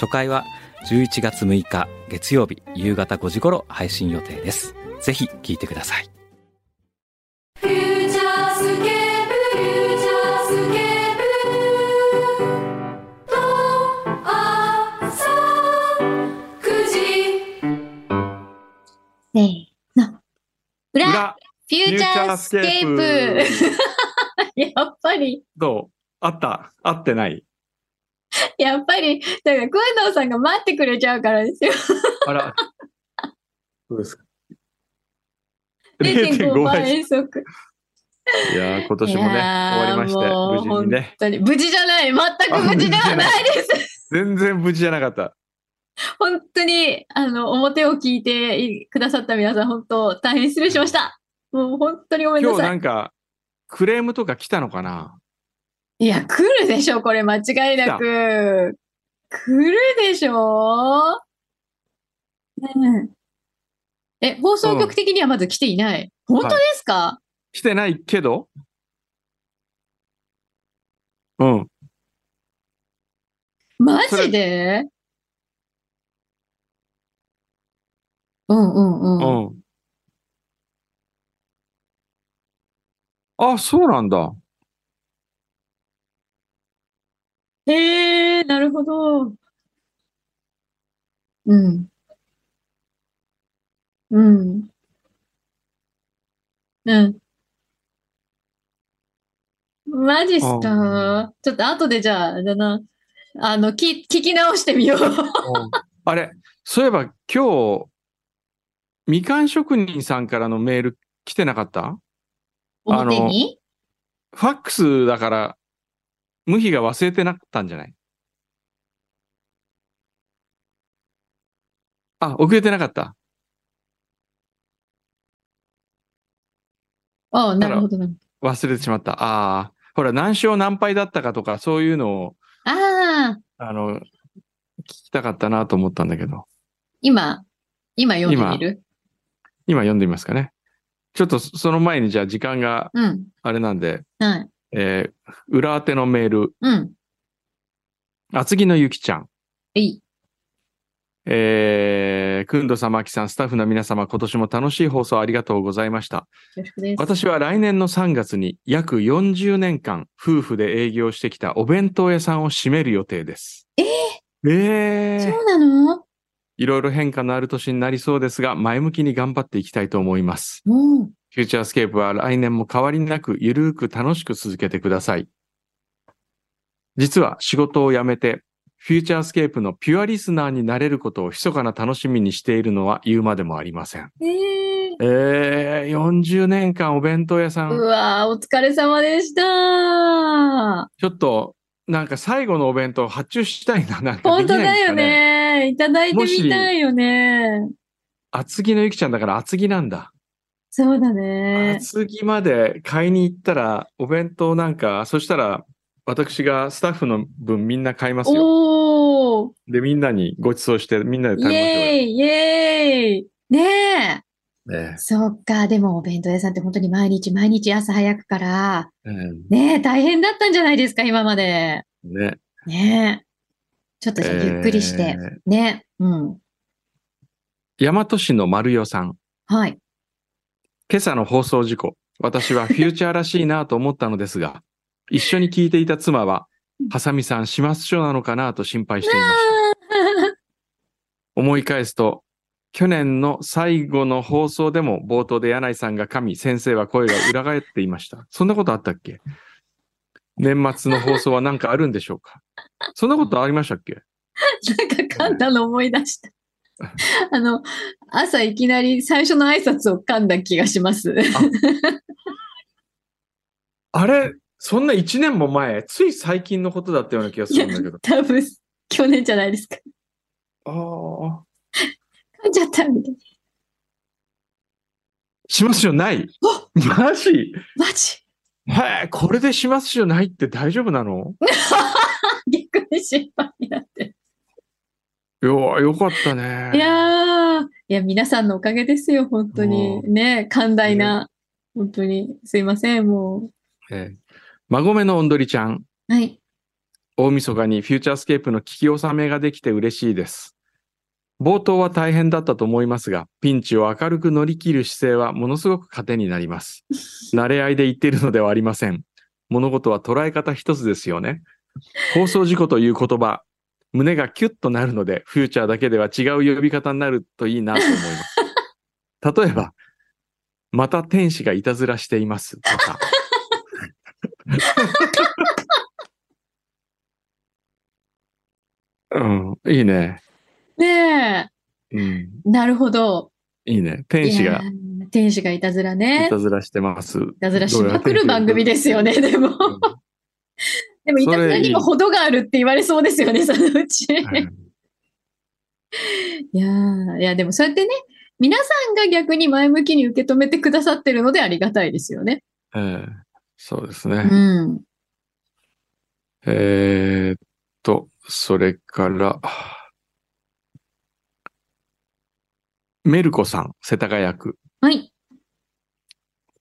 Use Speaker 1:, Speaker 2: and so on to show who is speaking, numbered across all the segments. Speaker 1: 初回は11月6日月曜日夕方5時頃配信予定ですぜひ聞いてください
Speaker 2: 「フューチャースケープフューチャースケープ」「とあさ9時」
Speaker 3: せーの。裏
Speaker 4: 裏、
Speaker 3: フューチャースケープやっぱり、
Speaker 4: どうあった合ってない
Speaker 3: やっぱり、だから、くんどうさんが待ってくれちゃうからですよ。
Speaker 4: あら。 どうですか
Speaker 3: 0.5
Speaker 4: 0.5倍。い
Speaker 3: 倍速。
Speaker 4: やー、今年もね、
Speaker 3: い
Speaker 4: 終
Speaker 3: やー
Speaker 4: わりまして、
Speaker 3: もう
Speaker 4: 無事にね。
Speaker 3: 本当に無事じゃない。全く無事ではないです。
Speaker 4: 全然無事じゃなかった。
Speaker 3: 本当に、あの、表を聞いてくださった皆さん、本当、大変失礼しました。もう本当にごめん
Speaker 4: 今
Speaker 3: な
Speaker 4: 日な
Speaker 3: さい。
Speaker 4: んか、クレームとか来たのかない
Speaker 3: や、来るでしょ、これ、間違いなく。来るでしょねええ、放送局的にはまず来ていない。本当ですか、
Speaker 4: 来てないけどうん。
Speaker 3: マジでうんうんうん。
Speaker 4: うん。あ、そうなんだ。
Speaker 3: へえ、なるほど。うん。うん。うん。マジっすかちょっと後でじゃあ、あれだな。あの、き、聞き直してみよう。
Speaker 4: あれ、そういえば今日、みかん職人さんからのメール来てなかったあの
Speaker 3: 表に
Speaker 4: ファックスだから、無比が忘れてなかったんじゃないあ、遅れてなかった。
Speaker 3: ああ、なるほどなるほ
Speaker 4: 忘れてしまった。ああ、ほら、何勝何敗だったかとか、そういうのを、
Speaker 3: ど。ああ、
Speaker 4: あの、聞きたかったなと思ったんだけど、
Speaker 3: 今、今読んでみる
Speaker 4: 今読んでみますかね。ちょっとそその前に、じゃあ時間が
Speaker 3: うん。
Speaker 4: あれなんで、
Speaker 3: はい。
Speaker 4: えー裏当てのメール、
Speaker 3: うん。
Speaker 4: 厚木のゆきちゃん。
Speaker 3: えい。
Speaker 4: えー、くんどさまきさん、スタッフの皆様、今年も楽しい放送ありがとうございました。
Speaker 3: よろしくです。
Speaker 4: 私は来年の3月に約40年間夫婦で営業してきたお弁当屋さんを閉める予定です。
Speaker 3: え
Speaker 4: ええー
Speaker 3: そうなの
Speaker 4: いろいろ変化のある年になりそうですが、前向きに頑張っていきたいと思います。
Speaker 3: うん。
Speaker 4: フューチャースケープは来年も変わりなく、ゆるーく楽しく続けてください。実は仕事を辞めて、フューチャースケープのピュアリスナーになれることを密かな楽しみにしているのは言うまでもありません。
Speaker 3: ええ
Speaker 4: えー、40年間お弁当屋さん
Speaker 3: う。わーお疲れ様でした。
Speaker 4: ちょっと、なんか最後のお弁当発注したいな、なんか
Speaker 3: 本
Speaker 4: でき
Speaker 3: 当
Speaker 4: な
Speaker 3: だ
Speaker 4: いですか
Speaker 3: よ
Speaker 4: ね。
Speaker 3: ね。いただいてみたいよね。
Speaker 4: 厚木のゆきちゃんだから厚木なんだ。
Speaker 3: そうだね。
Speaker 4: 厚木まで買いに行ったら、お弁当なんか、そしたら、私がスタッフの分みんな買いますよ。
Speaker 3: おー
Speaker 4: で、みんなにご馳走して、みんなで
Speaker 3: イ
Speaker 4: 食べ
Speaker 3: エーイイエーイねえ。
Speaker 4: ましょうよ。ね
Speaker 3: そっか。でもお弁当屋さんって本当に毎日毎日朝早くから、
Speaker 4: えうん
Speaker 3: ねえ、大変だったんじゃないですか、今まで。
Speaker 4: ね
Speaker 3: ねえ。ちょっとじゃあゆっくりして。
Speaker 4: え
Speaker 3: ね。うん。
Speaker 4: ー大和市の丸代さん。
Speaker 3: はい。
Speaker 4: 今朝の放送事故、私はフューチャーらしいなと思ったので すが、一緒に聞いていた妻は、ハサミさん始末書なのかなと心配していました。思い返すと、去年の最後の放送でも冒頭で柳井さんが神、先生は声が裏返っていました。そんなことあったっけ年末の放送は何かあるんでしょうかそんなことありましたっけ
Speaker 3: なんか噛んだの思い出した。あの、朝いきなり最初の挨拶を噛んだ気がします。
Speaker 4: あれそんな1年も前、つい最近のことだったような気がするんだけど。
Speaker 3: 多分、去年じゃないですか。
Speaker 4: ああ。
Speaker 3: 噛んじゃったみたいな。
Speaker 4: しますよないマジ
Speaker 3: マジ
Speaker 4: へえ、これでしますよないって大丈夫なの
Speaker 3: 逆に心配になってる。
Speaker 4: いやー、よかった
Speaker 3: い
Speaker 4: ね。
Speaker 3: やー、いや、皆さんのおかげですよ、本当に。
Speaker 4: う
Speaker 3: ね、寛大な。本当に。すいません、も
Speaker 4: えー、孫めのおんどりちゃん、
Speaker 3: う。はい。
Speaker 4: 大晦日にフューチャースケープの聞き納めができて嬉しいです。冒頭は大変だったと思いますが、ピンチを明るく乗り切る姿勢はものすごく糧になります。慣れ合いで言っているのではありません。物事は捉え方一つですよね。放送事故という言葉、胸がキュッとなるので、フューチャーだけでは違う呼び方になるといいなと思います。例えば、また天使がいたずらしていますと か。うん、いいね。
Speaker 3: ねえ、
Speaker 4: うん、
Speaker 3: なるほど。
Speaker 4: いいね。天使が
Speaker 3: いやー天使がいたずらね
Speaker 4: い。たずらしてます。い
Speaker 3: いたずらしまくる番組ですよね、でも。でも、いたずらにも程があるって言われそうですよね、そのうち。 いやーいや、でもそうやってね、皆さんが逆に前向きに受け止めてくださってるのでありがたいですよね。
Speaker 4: ええそうです
Speaker 3: う
Speaker 4: ね。
Speaker 3: ん。
Speaker 4: えーっと、それから、メルコさん、世田谷区。
Speaker 3: はい。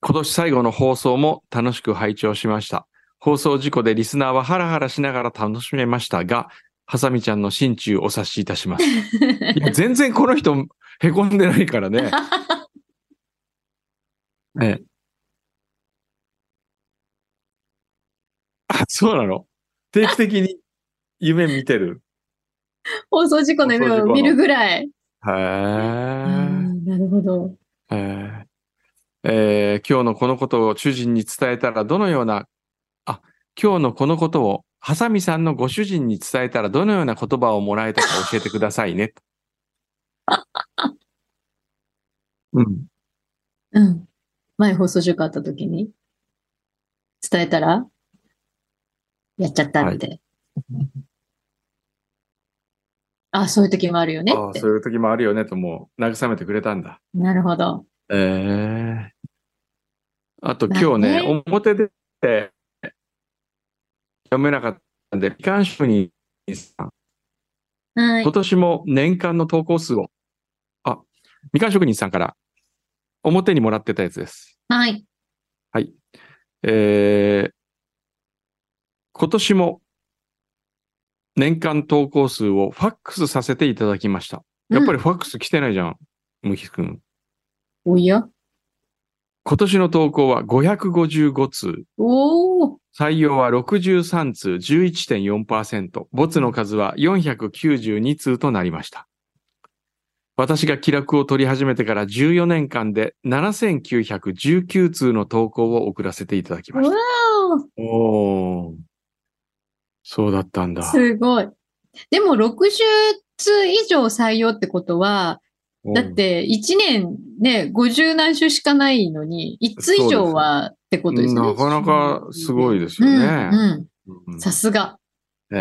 Speaker 4: 今年最後の放送も楽しく拝聴しました。放送事故でリスナーはハラハラしながら楽しめましたが、ハサミちゃんの心中お察しいたします。いや全然この人、へこんでないからね。ねあ、そうなの定期的に夢見てる。
Speaker 3: 放送事故の夢を見るぐらい。
Speaker 4: へ
Speaker 3: あ
Speaker 4: ー
Speaker 3: ーなるほど。
Speaker 4: えーえー今日のこのことを主人に伝えたらどのような、あ、今日のこのことをハサミさんのご主人に伝えたらどのような言葉をもらえたか教えてくださいね。うん。
Speaker 3: うん。前放送事故あった時に、伝えたら、やっちゃったって。あ、そういう時もあるよね
Speaker 4: あ
Speaker 3: っ
Speaker 4: あ、
Speaker 3: て
Speaker 4: そ。ういう時もあるよねともう慰めてくれたんだ。
Speaker 3: なるほど。
Speaker 4: ええあと今日ね、
Speaker 3: まあね
Speaker 4: 表で読めなかったんで、美観職人さん、
Speaker 3: はい
Speaker 4: 今。年も年間の投稿数を、あ、みかん職人さんから表にもらってたやつです。
Speaker 3: はい。
Speaker 4: えー今年も年間投稿数をファックスさせていただきました。やっぱりファックス来てないじゃん、むきくん。
Speaker 3: おや
Speaker 4: 今年の投稿は555通。
Speaker 3: おお
Speaker 4: 採用は63通11.4%、ボツの数は492通となりました。私が気楽を取り始めてから14年間で7919通の投稿を送らせていただきま
Speaker 3: わ
Speaker 4: した。おーそうだったん
Speaker 3: お
Speaker 4: だ。
Speaker 3: すごい。でも60通以上採用ってことは、だって1年ね、50何種しかないのに、1通以上はってことですね。
Speaker 4: なかなかすごい
Speaker 3: で
Speaker 4: ですよ
Speaker 3: うん
Speaker 4: ね。
Speaker 3: うん
Speaker 4: うん
Speaker 3: さすが。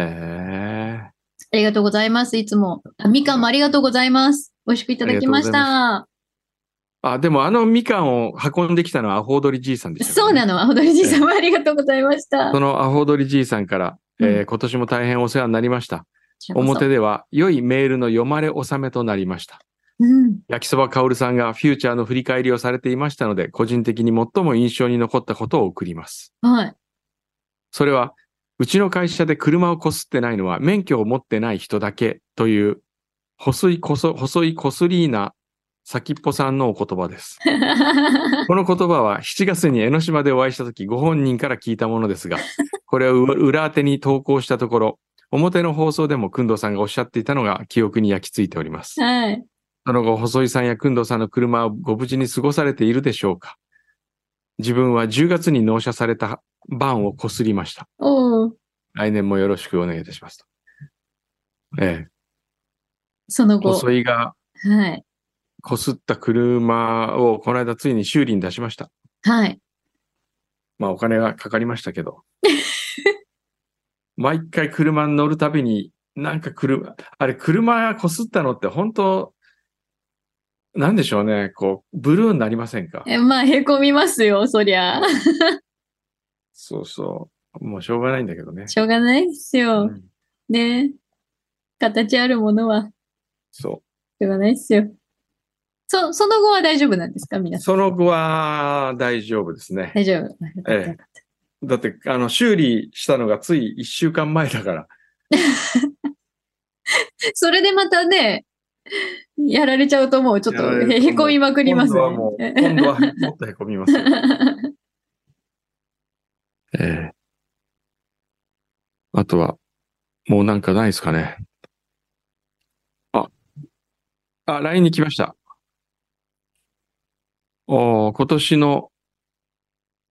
Speaker 4: ええ
Speaker 3: ありがとうございます。いつも。あみかんもありがとうございます。美味しくいただきました。
Speaker 4: あ、でもあのみかんを運んできたのはアホウドリじいさんでしたからね、
Speaker 3: そうなの。アホドリじいさんもありがとうございました。
Speaker 4: そのアホドリじいさんから、えー
Speaker 3: うん
Speaker 4: 今年も大変お世話になりました。表
Speaker 3: で。
Speaker 4: では良いメールの読まれ納めとなりました。
Speaker 3: うん。
Speaker 4: 焼きそばかおるさんがフューチャーの振り返りをされていましたので、個人的に最も印象に残ったことを送ります。
Speaker 3: はい。
Speaker 4: それは、うちの会社で車をこすってないのは免許を持ってない人だけという、細いこそ、細いこすりーな先っぽさんのお言葉です。この言葉は7月に江ノ島でお会いした時ご本人から聞いたものですが、これを裏当てに投稿したところ、表の放送でも工藤さんがおっしゃっていたのが記憶に焼き付いております。
Speaker 3: はい。
Speaker 4: その後、細井さんや工藤さんの車をご無事に過ごされているでしょうか自分は10月に納車されたバンをこすりました。
Speaker 3: おう
Speaker 4: 来年もよろしくお願いいたしますと。ええ、
Speaker 3: その後。
Speaker 4: 細井が
Speaker 3: はい。
Speaker 4: こすった車をこの間ついに修理に出しました。
Speaker 3: はい。
Speaker 4: ま あお金がかかりましたけど。毎回車に乗るたびになんか車、あれ、車こすったのって本当、なんでしょうね、こう、ブルーになりませんか
Speaker 3: えまあ、へこみますよ、そりゃ。
Speaker 4: そうそう。もうしょうがないんだけどね。
Speaker 3: しょうがないです
Speaker 4: う
Speaker 3: よ。
Speaker 4: ん
Speaker 3: ね形あるものは、
Speaker 4: そ
Speaker 3: しょうがないですよ。そ、その後は大丈夫なんですか皆
Speaker 4: う。
Speaker 3: さん。
Speaker 4: その後は大丈夫ですね。
Speaker 3: 大丈夫。
Speaker 4: ええだって、あの、修理したのがつい1週間前だから。
Speaker 3: それでまたね、やられちゃうともうちょっ
Speaker 4: やら
Speaker 3: と
Speaker 4: れる
Speaker 3: へ
Speaker 4: と
Speaker 3: へこみまくりますね
Speaker 4: 今度はもう、今度はもっとへこみますよ。 ええあとは、もうなんかないですかね。あ、あ、LINE に来ました。おー今年の、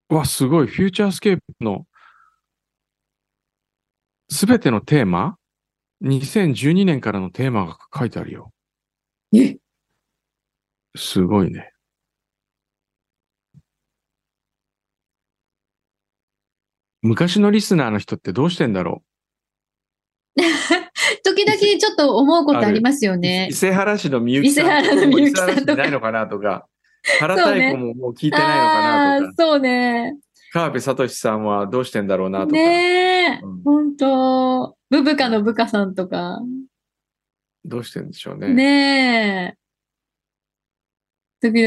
Speaker 4: わ、すごい、フューチャースケープの、すべてのテーマ ?2012 年からのテーマが書いてあるよ。
Speaker 3: え
Speaker 4: すごいね。昔のリスナーの人ってどうしてんだろ
Speaker 3: 時々ちょっと思うことありますよ
Speaker 4: う、
Speaker 3: ね
Speaker 4: 伊。勢原市のみゆきさ
Speaker 3: 伊
Speaker 4: ん。
Speaker 3: 勢原のみゆきさんとか
Speaker 4: 伊勢原市ないのかなとか、原太鼓ももう聞いてないのかなと
Speaker 3: あー
Speaker 4: か、
Speaker 3: そうね。
Speaker 4: 川辺聡さんはどうしてんだろうなとか、
Speaker 3: ねえ
Speaker 4: うん、
Speaker 3: 本当ブブカのブカさんとか。
Speaker 4: どうしてんでしょうね。
Speaker 3: ねえ。時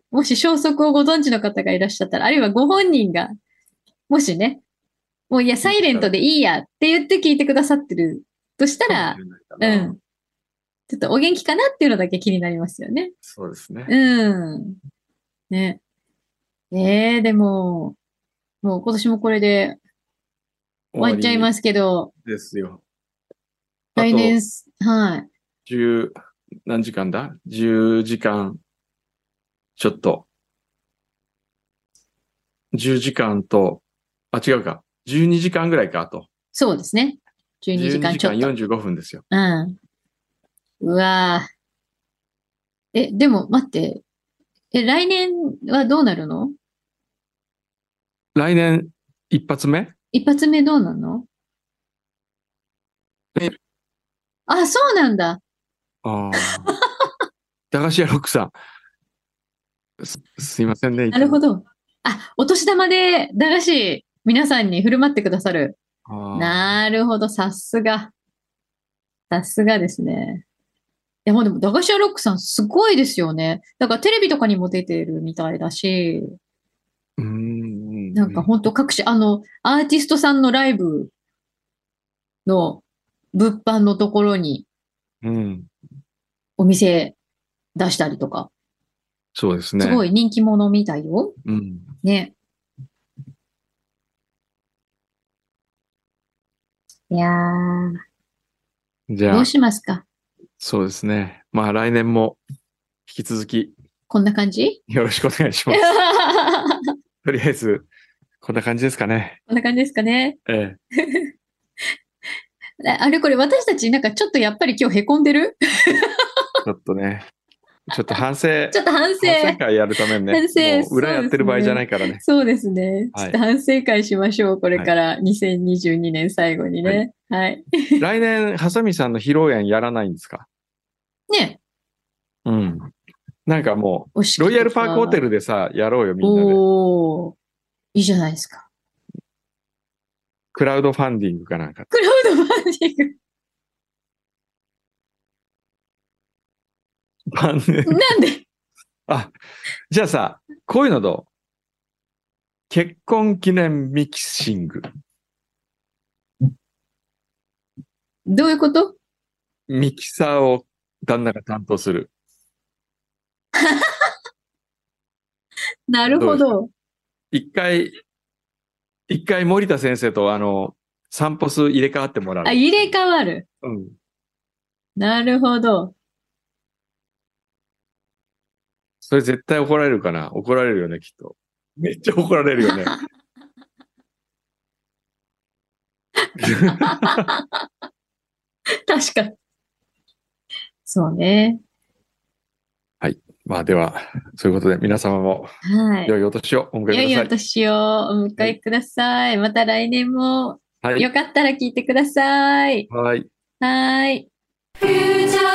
Speaker 3: 々、もし消息をご存知の方がいらっしゃったら、あるいはご本人が、もしね、もういや、サイレントでいいやって言って聞いてくださってるとしたら、う。
Speaker 4: うん
Speaker 3: ちょっとお元気かなっていうのだけ気になりますよね。
Speaker 4: そうですね。。
Speaker 3: うん。ね。ええでも、もう今年もこれで終わっちゃいますすけど、
Speaker 4: ですよ。あと
Speaker 3: 来年す、はい。
Speaker 4: 10、何時間だ ?10 時間、ちょっと。10時間と、あ、違うか。12時間ぐらいか、あと。
Speaker 3: そうですね。12時間ちょっと。
Speaker 4: 12時間45分ですよ。
Speaker 3: うん。うわぁ。え、でも待って。え、来年はどうなるの
Speaker 4: 来年、一発目
Speaker 3: 一発目どうなの
Speaker 4: え
Speaker 3: あ、そうなんだ。
Speaker 4: あ あ。駄菓子屋ロックさん。す、すいませんね。
Speaker 3: なるほど。あ、お年玉で駄菓子、皆さんに振る舞ってくださる。
Speaker 4: ど
Speaker 3: なるほど、さすが。さすがですね。いや、もうでも、駄菓子屋ロックさんすごいですよね。だからテレビとかにも出てるみたいだし、
Speaker 4: うーん。
Speaker 3: なんか本当各種、あの、アーティストさんのライブの物販のところに
Speaker 4: うん。
Speaker 3: お店出したりとか、
Speaker 4: そうですね。
Speaker 3: すごい人気者みたいよ。
Speaker 4: うん。
Speaker 3: ね。いやー、
Speaker 4: じゃ
Speaker 3: ど
Speaker 4: あ
Speaker 3: う、しますか
Speaker 4: そうですね。まあ来年も引き続き
Speaker 3: こんな感じ
Speaker 4: よろしくお願い します。
Speaker 3: こ
Speaker 4: とりあえず、こんな感じですかね。
Speaker 3: んな感じですかね。
Speaker 4: え
Speaker 3: ああれこれ私たちなんかちょっとやっぱり今日へこんでる
Speaker 4: え、ちょっとね、ちょっと反省、
Speaker 3: ちょっと反省。
Speaker 4: 反省会やるためにね、
Speaker 3: 反省
Speaker 4: もう裏やってる場合じゃないから ね。
Speaker 3: そうですね。
Speaker 4: は
Speaker 3: ち
Speaker 4: い
Speaker 3: ょっと反省会しましょう。これから2022年最後にね。はい。
Speaker 4: 来年、ハサミさんの披露宴やらないんですか
Speaker 3: ね。
Speaker 4: うん。なんかも
Speaker 3: お式
Speaker 4: う、
Speaker 3: とか
Speaker 4: ロイヤルパークホテルでさ、やろうよ、みんなで。
Speaker 3: おお。いいじゃないですか。
Speaker 4: クラウドファンディングかなんか。
Speaker 3: クラウドファンディング。
Speaker 4: パンデ
Speaker 3: なんで
Speaker 4: あ、じゃあさ、こういうのどう結婚記念ミキシング。
Speaker 3: どういうこと
Speaker 4: ミキサーを旦那が担当する。
Speaker 3: なるほど。
Speaker 4: 一回、一回森田先生とあの、散歩数入れ替わってもらう
Speaker 3: あ、。入れ替わる。
Speaker 4: うん。
Speaker 3: なるほど。
Speaker 4: それ絶対怒られるかな怒られるよね、きっと。めっちゃ怒られ るよね。
Speaker 3: 確かに。そうね。
Speaker 4: まあでは、そういうことで皆様も
Speaker 3: はい。
Speaker 4: 良いお年をお迎
Speaker 3: いよ
Speaker 4: え
Speaker 3: い
Speaker 4: く
Speaker 3: よ
Speaker 4: ださい。
Speaker 3: 年をお迎えください。また来年も
Speaker 4: はい。
Speaker 3: よかったら聞いてください。
Speaker 4: はい。
Speaker 3: はーい。
Speaker 2: フューチャー